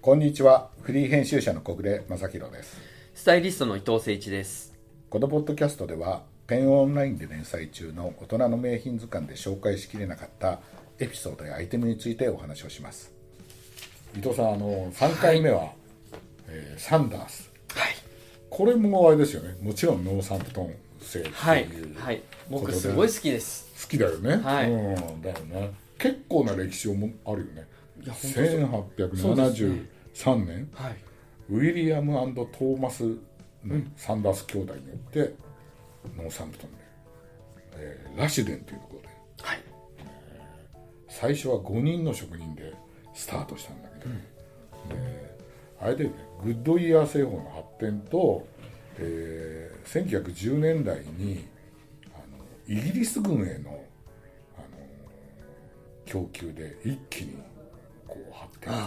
こんにちはフリー編集者の小暮正弘ですスタイリストの伊藤誠一です。このポッドキャストではペンオンラインで連載中の大人の名品図鑑で紹介しきれなかったエピソードやアイテムについてお話をします伊藤さんあの3回目は、えーサンダースはい。これもあれですよねもちろんノーサンプトン製ってはいいう、。はい。こと僕ですごい好きです。好きだよね、はいうんだよね結構な歴史をもあるよねいや本当1873年、はい。ウィリアムトーマス、サンダース兄弟によってノーサンプトンで、えーラシュデンというところではい。最初は5人の職人でスタートしたんだけど、であれでねグッドイヤー製法の発展と、えー1910年代にあのイギリス軍へのあの供給で一気にこう発展し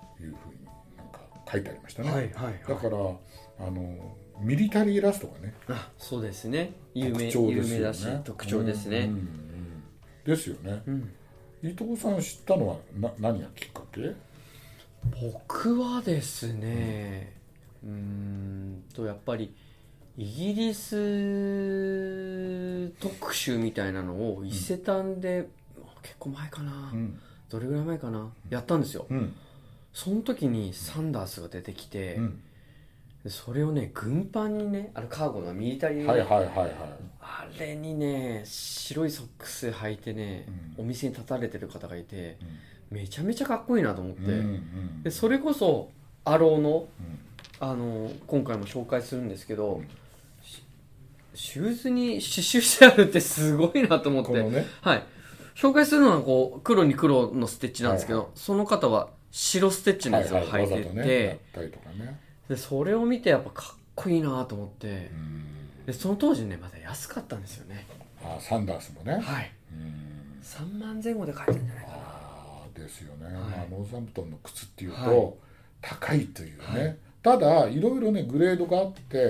たというふうになんか書いてありましたね、はいはいはいだからあのミリタリーラストがねあ、そうですね。有名、特徴で有すよね名だし、特徴ですね。うんうんうんですよね、伊藤さん知ったのはな何がきっかけ僕はですね、うーんと、やっぱり、イギリス特集みたいなのを伊勢丹で、結構前かな、んどれぐらい前かなやったんですよ、うんその時にサンダースが出てきて、うんそれをね軍パンにねあのカーゴのミリタリーのね、はいはいはいはいあれにね白いソックス履いてね、お店に立たれてる方がいて、めちゃめちゃかっこいいなと思って、うんうんでそれこそアローのうんあの今回も紹介するんですけど、うんシシューズに刺繍してあるってすごいなと思って、このねはい紹介するのはこう黒に黒のステッチなんですけど、はいその方は白ステッチのやつをはいはい履いてわて、ざとねやったりとかねでそれを見てやっぱかっこいいなと思ってう、んでその当時ねまだ安かったんですよねあサンダースもね、はいうん3万前後で買えたんじゃないかなあーですよね、いまあ、ノーサンプトンの靴っていうと、はい高いというね、はいただいろいろねグレードがあって、え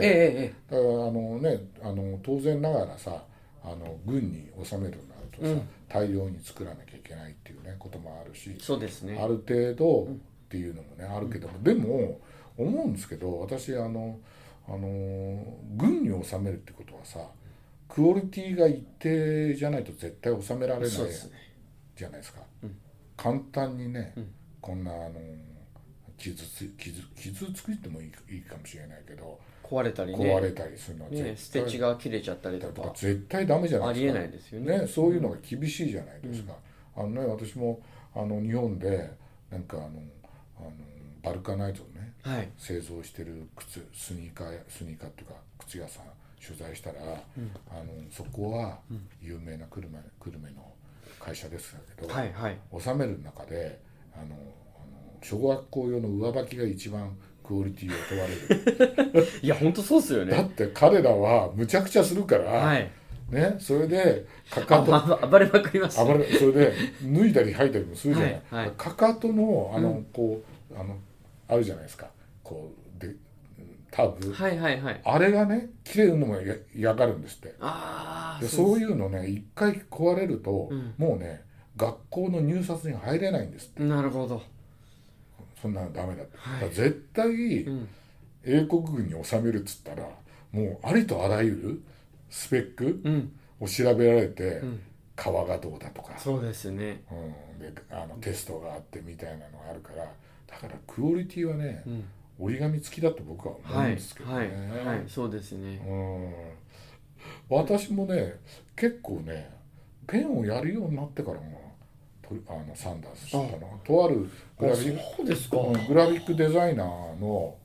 ええだからあのねあの当然ながらさあの軍に収めるようになるとさ、うん大量に作らなきゃいけないっていうねこともあるしえ、そうですねある程度っていうのもねあるけども、でも思うんですけど私あのあの軍に収めるってことはさクオリティが一定じゃないと絶対収められないそうですねじゃないですか、うん簡単にね、うんこんなあの傷つ傷傷ついてもいいいいかもしれないけど壊れたりね壊れたりするのは絶対、ねステッチが切れちゃったりととかか絶対ダメじゃなあいりえですかないですよねね、そういうのが厳しいじゃないですか、あのね私もあの日本でなんかあのあのバルカナイズをねはい製造してる靴スニーカースニーカーっていうか靴屋さん取材したら、あのそこは有名な久留米久留米の会社ですけど、はいはい収める中であのあの小学校用の上履きが一番クオリティを問われ るいや本当そうっすよだねって彼らはむちゃくちゃするから、はいね、それでかかあとまあ暴れまくりました暴れそれで脱いだり履いたりもするじゃない、はいはいかかとのあの、うんこうあのあるじゃないですかこうでタブ、はいはいはいあれがね切れるのもや嫌がるんですってああでそうういうのね一回壊れると、うんもうね学校の入札に入れないんですってなるほどそんなのダメだって、はだいから絶対うん英国軍に収めるっつったらもうありとあらゆるスペックうんを調べられて、うん革がどうだとかそうですねうん、であのテストがあってみたいなのがあるからだからクオリティはね、うん折り紙付きだと僕は思うはんいですけどね、はいはいそうですねうん、私もね結構ねペンをやるようになってからもとあのサンダース知ったのとあるグラフィックうですかうんグラフィックデザイナーの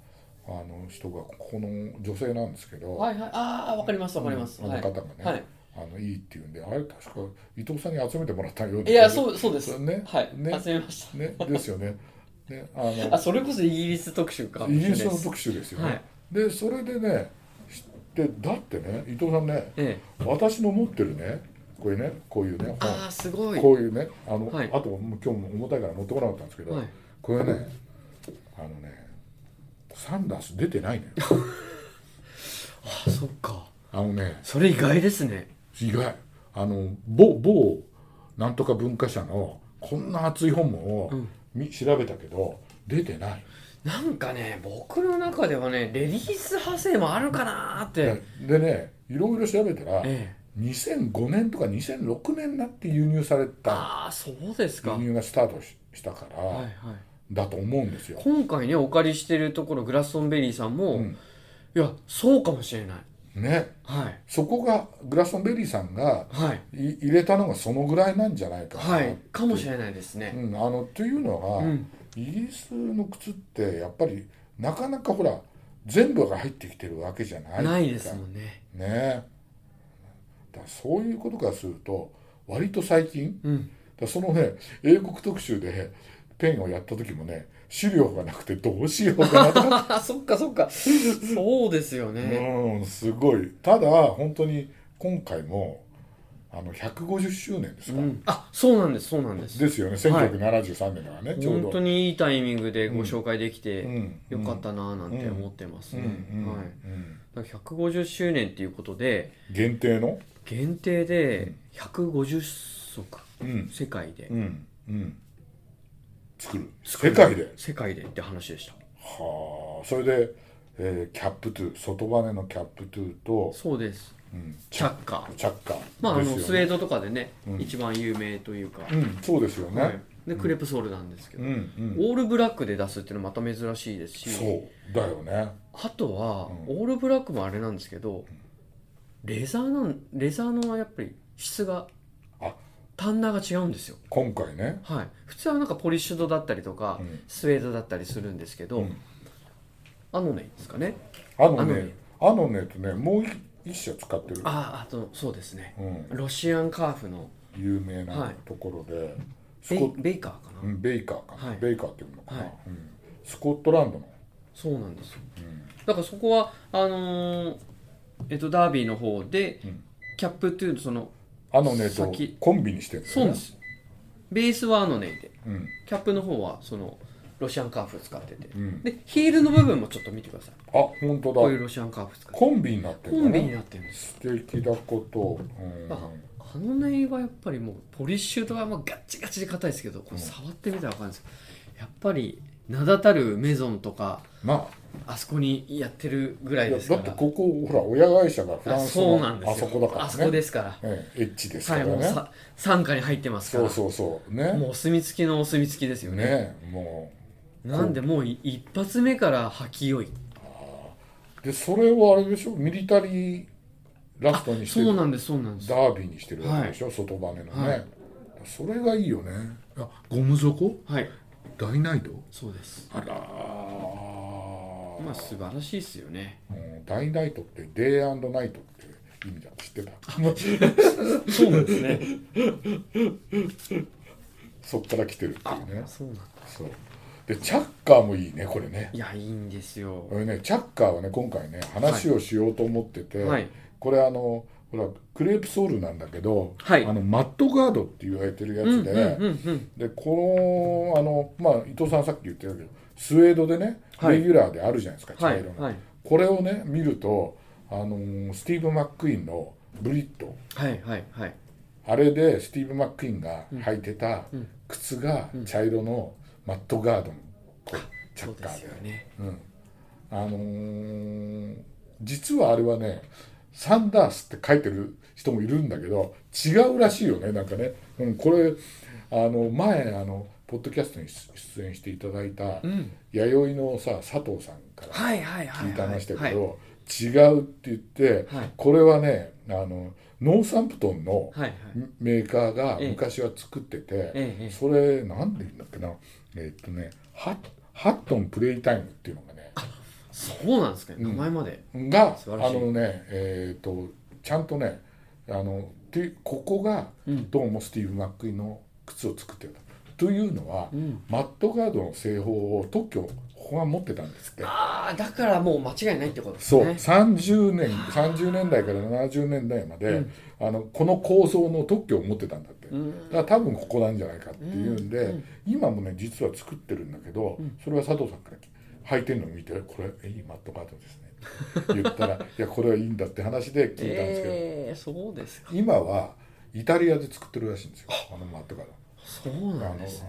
あの人がここの女性なんですけど、はいはいああわかりますわかりますあのはい方がね、はいあのいいっていうんであれ確か伊藤さんに集めてもらったようないやそうそうですねはいね集めましたね、ですよね。ね、あ あのそれこそイギリス特集かイギリスの特集ですよね。はいで、それでね、知ってだってね、伊藤さんね、ええ私の持ってるね、これね、こういうね、ああすごい本、こういうね、あの、はいあともう今日も重たいから持ってこなかったんですけど、はいこれね、あのね、サンダース出て ないのよ。あそっかあのね、それ意外ですね意外、あの某某なんとか文化社のこんな厚い本も、うんみ調べたけど、出てないなんかね僕の中ではねレディース派生もあるかなーって、でねいろいろ調べたらええ、 2005年とか2006年になって輸入されたああそうですか、輸入がスタートししたかはいはいら、だと思うんですよ、今回ねお借りしてるところグラストンベリーさんも、うんいやそうかもしれないねはいそこがグラストンベリーさんがはいい入れたのがそのぐらいなんじゃないかな、はいかもしれないですね、うん、あのというのが、うんイギリスの靴ってやっぱりなかなかほら全部が入ってきてるわけじゃないないですもんねねだからそういうことからすると割と最近うんだからそのね英国特集でペンをやった時もね資料がなくてどうしようかなとか、あそっかそっか そうですよ ね、うんすごいただ本当に今回もあの150周年ですうか、ん、あそうなんですそうなんですですよね1973年だからね、ちょうど本当にいいタイミングでご紹介できて、うんよかったなーなんて思ってますね、うんうんはいうんだから150周年っていうことで限定の限定で150足、うん世界で、うんうん作る作る世界で世界でって話でしたはあそれで、えーキャップトゥ外羽のキャップトゥと、そうですうん、チャッカーチャッカーまああのですスウよねェードとかでね、一番有名というか、うんそうですよね、はい、でクレープソールなんですけうど、んうんオールブラックで出すっていうのはまた珍しいですしそうだよねあとは、オールブラックもあれなんですけどレザーなんレザーのやっぱり質があ単ナが違うんですよ今回ねはい、普通はなんかポリッシュドだったりとか、うんスウェードだったりするんですけど、うんあのねですかねあのあのねねあのねとねもう一社使ってる、あああとそうですね、うん、ロシアンカーフの有名なはいところで、スベイコベイカーかな、うんベイカーかな、はいベイカーっていうのかな、はいうん、スコットランドの、そうなんですようんだからそこはあのーえっとダービーの方で、うんキャップっていうそのあのねと先コンビにしてるんだそうよなんねですベースはあのねでうんキャップの方はそのロシアンカーフ使ってて、うんでヒールの部分もちょっと見てくださいあ本当こういうだロシアンカーフ使ってコンビになってコるんだンビにねなってるんです素敵だこと、うん、ああのネイはやっぱりもうポリッシュドはまあガッチガチで硬いですけどこれ触ってみたら分かるんですけどやっぱり名だたるメゾンとかまあそこにやってるぐらあいいやですだかってらここほら親会社がフラあンスそうなんでのすよあそこだからねあそこですからええエッチですかはいらね、もうさ傘下に入ってますかそらうそうそうねもうお墨付きのお墨付きですよねねもなんでもうい一発目から履きよいうでそれをあれでしょミリタリーラストにしてそうなんですそうなんですダービーにしてるわけでしょ、外バネのね、はいそれがいいよねあゴム底はい大ナイトそうですあらーまあ素晴らしいですよねうん大ナイトってデイナイトって意味だって知ってたそうなんですね そっから来てるっていうね そうなんそうでチャッカーもいいねこれねいやいいんですよこれねチャッカーはね今回ね話をしようと思ってて、はいこれあのほらクレープソールなんだけど、はいあのマットガードって言われてるやつで、うんうんうんでこのあの、まあ、伊藤さんさっき言ってたけどスウェードでねはいレギュラーであるじゃないですか、は茶い色の、はいこれをね見るとあのースティーブ・マックイーンのブリットはいはいはいあれでスティーブ・マックイーンが履いてた靴が茶色のマットガードのこうチャそうッでカーすでよねあのー実はあれはねサンダースって書いてる人もいるんだけど違うらしいよねなんかね、うん、これあの前あのポッドキャストに出演していただいたん弥生のさ佐藤さんからはいはいはい聞いた話だはけいどは違うって言ってはいこれはねあのノーサンプトンのいはいメーカーがええ昔は作ってて、ええそれなんで言うんだっけなえっとねハッハットンプレイタイムっていうのがねそうなんですかね名前までがあ素晴らしいのねえっとちゃんとねあのてここがどうもスティーブ・マックイーンの靴を作ってた。というのは、んマットガードの製法を特許をここが持ってたんですって。ああだからもう間違いないってことですそう、ね30年30年代から70年代まで、あのこの構想の特許を持ってたんだって、だんから多分ここなんじゃないかっていうんで、今もね実は作ってるんだけど、それは佐藤さんから履いてるのを見て「これいいマットガードです ね」言ったら「いやこれはいいんだ」って話で聞いたんですけど、ええそうですか今はイタリアで作ってるらしいんですよあのマットガード。そうあのなあのんねですね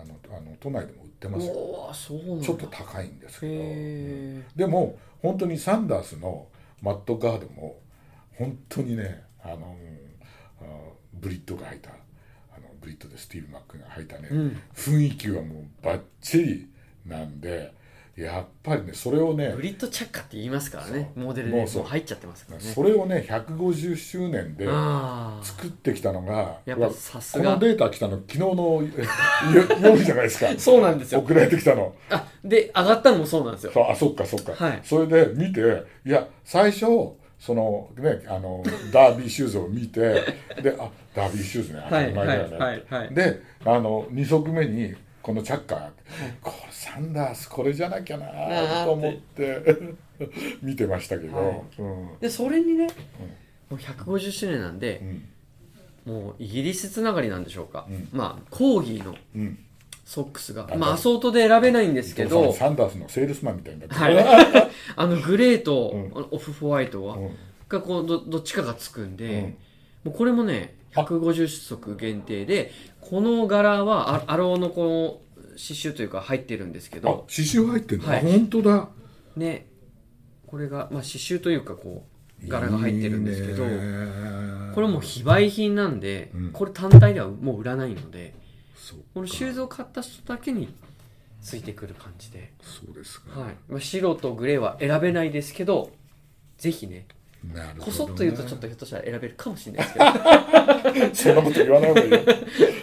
あのあの都内でも売ってますよおおそうなんだちょっと高いんですけど、うんへでも本当にサンダースのマットガードも本当にねあの、うんあのブリッドが履いたあのブリッドでスティーブ・マックが履いたね、えうん雰囲気はもうバッチリなんでやっぱりねそれをねブリッドチャッカって言いますからねモデルもでうそうもう入っちゃってますからねそれをね150周年でああ作ってきたのがやっうわぱさすこのがデータ来たの昨日のえ よ夜じゃないですかそうなんですよ送られてきたのあで上がったのもそうなんですよそうあそっかそっか、はいそれで見ていや最初そのねあのダービーシューズを見 てであダービーシューズね当はたいり前だよねって、はいはいはいであの2足目にこのチャッカーこれサンダースこれじゃなきゃなと思って 見てましたけど、はいうんでそれにねもう150周年なんでう、んもうイギリスつながりなんでしょうか、うんまあコーギーのうんソックスがあ、まあ、アソートで選べないんですけど、サンダースのセールスマンみたいになってる はい、あのグレーと、うんあのオフホワイトは、うんがこうどどっちかがつくんうでん、もうこれもね150足限定でこの柄はアアローのこの刺繍というか入ってるんですけあど、刺繍入ってるの、はいあ本当だね、これが、まあ、刺繍というかこう柄が入ってるんですけどいいねこれもう非売品なんで、うんこれ単体ではもう売らないのでそっかこのシューズを買った人だけについてくる感じで。そうですか、はいまあ、白とグレーは選べないですけどぜひねなるほどねこそっと言うとちょっとひょっとしたら選べるかもしれないですけ そどんなこと言わない方がいいよ。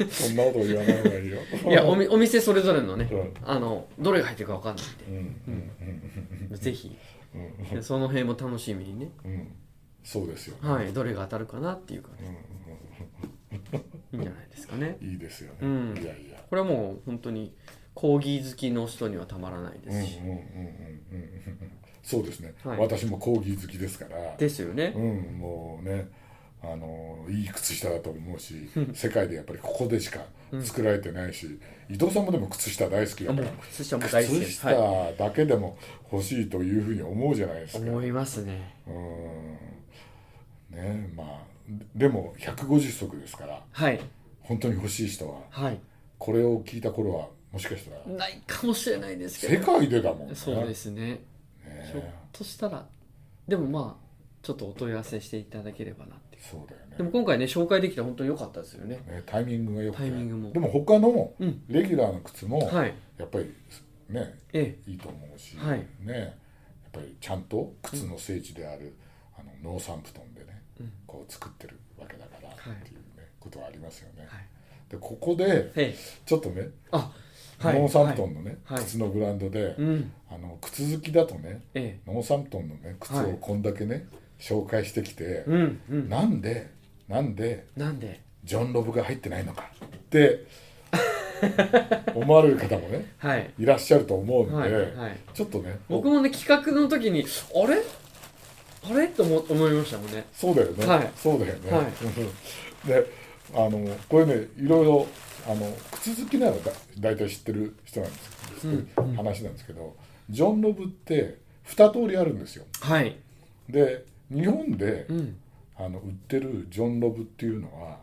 そんなこと言わない方がいいよ。いやおみお店それぞれのねうんあのどれが入ってるか分かんないうんうんうんんでぜひうんうんその辺も楽しみにね、うんそうですよ。はい、どれが当たるかなっていうかうねんいいんじゃないですかねうんいいですよね。うんいやいや。これはもう本当にコーギー好きの人にはたまらないでうんうんすうんし、うんうんうん。そうですね。はい私もコーギー好きですから。ですよねうんもうね。あのいい靴下だと思うし世界でやっぱりここでしか作られてないし、伊藤さんもでも靴下大好きだあかもうら靴下も大好きで靴す、下はだけでも欲しいというふうに思うじゃないでい、すか。思いますねうんねまあでも150足ですからはい本当に欲しい人ははいこれを聞いた頃はもしかしたらないかもしれないですけ世ど界でだもんねそうですねねひょっとしたらでもまあちょっとお問い合わせしていただければなってそうだよねでも今回ね紹介できて本当に良かったですよねねタイミングがよくてタイミングもでも他のうんレギュラーの靴もはいやっぱりねえいいと思うし、はいねやっぱりちゃんと靴の聖地である、あのノーサンプトンでね、うんこう作ってるわけだからっていうはいね、ことはありますよね、はいでここでええちょっとねあはいノーサンプトンのね、はい靴のブランドで、はいうんあの靴好きだとねえノーサンプトンのね靴はをいこんだけね、紹介してきてえ、うんうんなんでなんでなんでジョン・ロブが入ってないのかって 思われる方もねはいいらっしゃると思うんで、はいはいちょっとね僕もね企画の時にあれあれと思思いましたもんねそうだよね、はいそうだよね、は であのこれねいろいろあの靴好きならだ大体知ってる人なんですけど、うんうん話なんですけどジョン・ロブって2通りあるんですよはいで日本でうんあの売ってるジョン・ロブっていうのは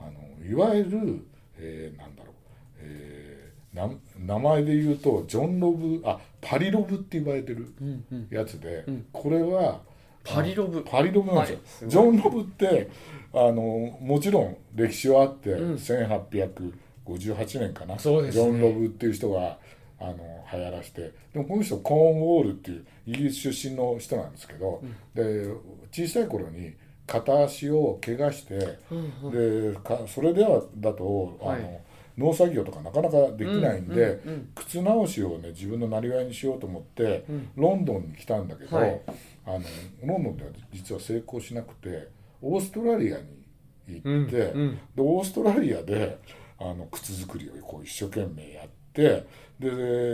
あのいわゆる、えーなんだろう、えーな名前で言うとジョン・ロブあパリロブって言われてるうんうんやつで、うんこれはパリロブパリロブなんですよ、はいすごいジョン・ロブってあのもちろん歴史はあって、うん1858年かなそうですジねョン・ロブっていう人があの流行らしてでもこの人コーンウォールっていうイギリス出身の人なんですけど、で小さい頃に片足を怪我して、うんうんでかそれではだとあの、はい農作業とかなかなかできないんで、うんうん靴直しをね自分のなりわいにしようと思って、うんロンドンに来たんだけど、はいあのロンドンでは実は成功しなくてオーストラリアに行って、うんうんでオーストラリアであの靴作りをこう一生懸命やってで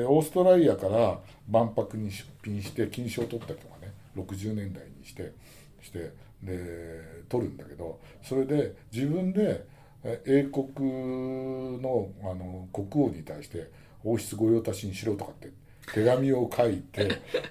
オーストラリアから万博に出品して金賞を取ったりとかね60年代にしてしてで取るんだけどそれで自分でえ英国のあの国王に対して王室御用達にしろとかって手紙を書いて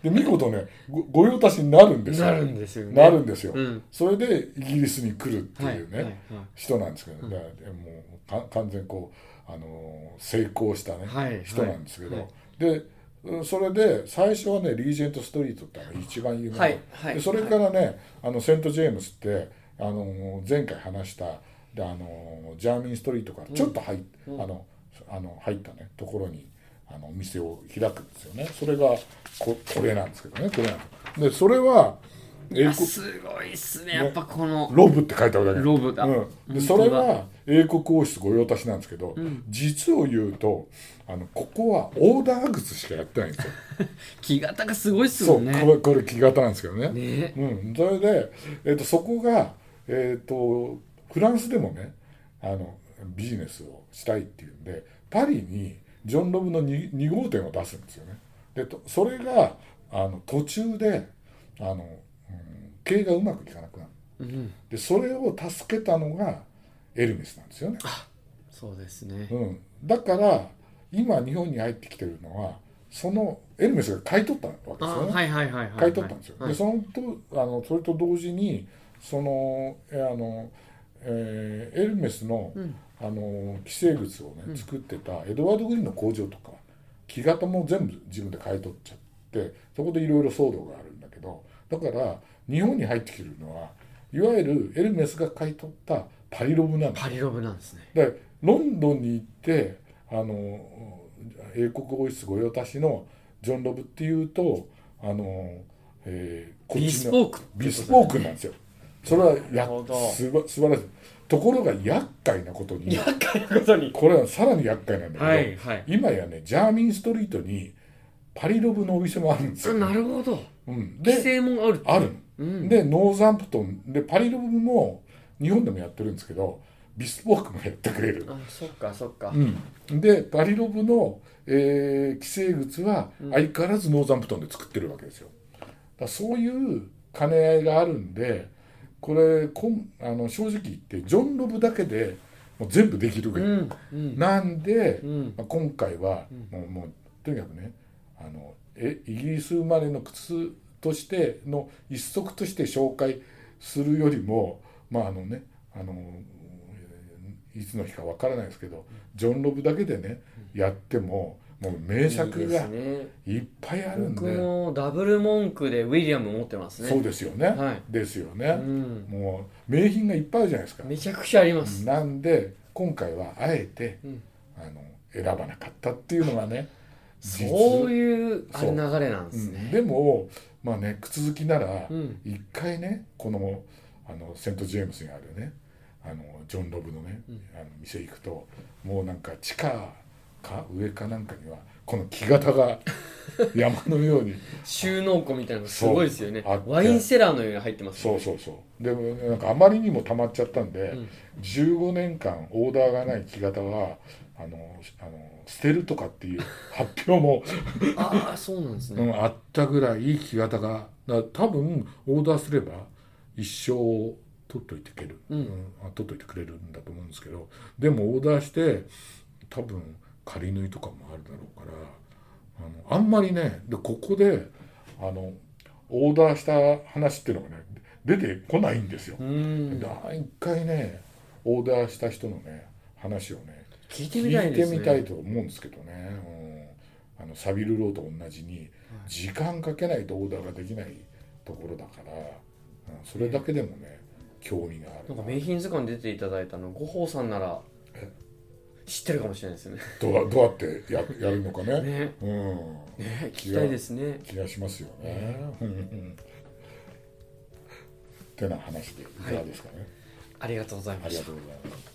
で見事ねご御用達になるんですよなるんですよねなるんですようんそれでイギリスに来るってはいいうね、はいはい人なんですけど、ねでもうか完全にこう、あのー成功した、ねはい人なんですけど、はいでうんそれで最初はねリージェント・ストリートってのが一番有名で,、はいはいでそれからね、あのセント・ジェームスって、あのー前回話したで、あのージャーミン・ストリートからちょっと入,、っあのあの入ったねところにあのお店を開くんですよねそれがここれなんですけどねこれなんですでそれは英あ国すごいっすねやっぱこのロブって書いてあるだけロブだうん、で本当だそれは英国王室御用達なんですけど、実を言うとあのここはオーダー靴しかやってないんですよ、木型がすごいっすそもうんこねれこれ木型なんですけどねねうん、それで、えっとそこが、えっとフランスでもねあのビジネスをしたいっていうんでパリにジョン・ロブの 2, 2号店を出すんですよねでとそれがあの途中であの、うん経営がうまくいかなくなるうんでそれを助けたのがエルメスなんですよね、そうですねうん、だから今日本に入ってきてるのはそのエルメスが買い取ったわけですあよね、はいはいはいはい買い取ったんですよ、はいでそのとあのそれと同時にそのえあの、えーエルメスの,、うんあの既製靴をね、作ってたエドワード・グリーンの工場とか木型も全部自分で買い取っちゃってそこでいろいろ騒動があるんだけどだから日本に入ってくるのはいわゆるエルメスが買い取ったパリロブなんですパリロブなんですねでロンドンに行ってあの英国王室御用達のジョン・ロブっていうとあの、えーこっビちスのポークビスポーククなんですよそれはなやるほどすば素晴らしいところが厄介なことに厄介なことにこれはさらに厄介なんだけど、はいはい今やねジャーミンストリートにパリロブのお店もあるんですあよ、なるほどうん、規で制もあるあるうんでノーザンプトンでパリロブも日本でもやってるんですけどビスポークもやってくれるあそっかそっかうん、でパリロブの、えー既製靴は相変わらずノーザンプトンで作ってるわけですよだからそういう兼ね合いがあるんでこれこんあの正直言ってジョン・ロブだけでもう全部できるぐうらい、んうんなんで、うんまあ、今回はもうもうとにかくねあのえイギリス生まれの靴としての一足として紹介するよりもまああのねあのえーいつの日かわからないですけどジョン・ロブだけでねやってももう名い作いでがすねいっぱいあるんで僕もダブル文句でウィリアム持ってますねそうですよね、はいですようね、んもう名品がいっぱいあるじゃないですか。めちゃくちゃありますなんで今回はあえて、うんあの選ばなかったっていうのがね実そういうあそれう流れなんでうすんねでもまあね靴好きならうん一回ねこのあのセント・ジェームスにあるねあのジョン・ロブのね、あの店行くともうなんか地下か上かなんかにはこの木型 が山のように収納庫みたいなのすごいですよねそうあってワインセラーのように入ってますそうそうそうでもなんかあまりにも溜まっちゃったんで、ん15年間オーダーがない木型はあのあの捨てるとかっていう発表も、ああそうなんですうねん、あったぐらい木型がだ多分オーダーすれば一生取っといてくれる、うんあ取っといてくれるんだと思うんですけどでもオーダーして多分仮縫いとかもあるだろうからあのあんまりねでここであのオーダーした話っていうのがね出てこないんですよう。んだ一回ねオーダーした人のね話をね聞いてみた聞いいでてすねみたいと思うんですけどね、うん、あのサビルローと同じに時間かけないとオーダーができないところだから、うん、それだけでもね興味があなるんか名品図鑑に出ていただいたの五宝さんならえ知ってるかもしれないですよねどうどうやってややるのかねねうんね聞きたいですね気がしますよね。うんうんってな話でいかがですかね、ありがとうございあまりしがたとうございます。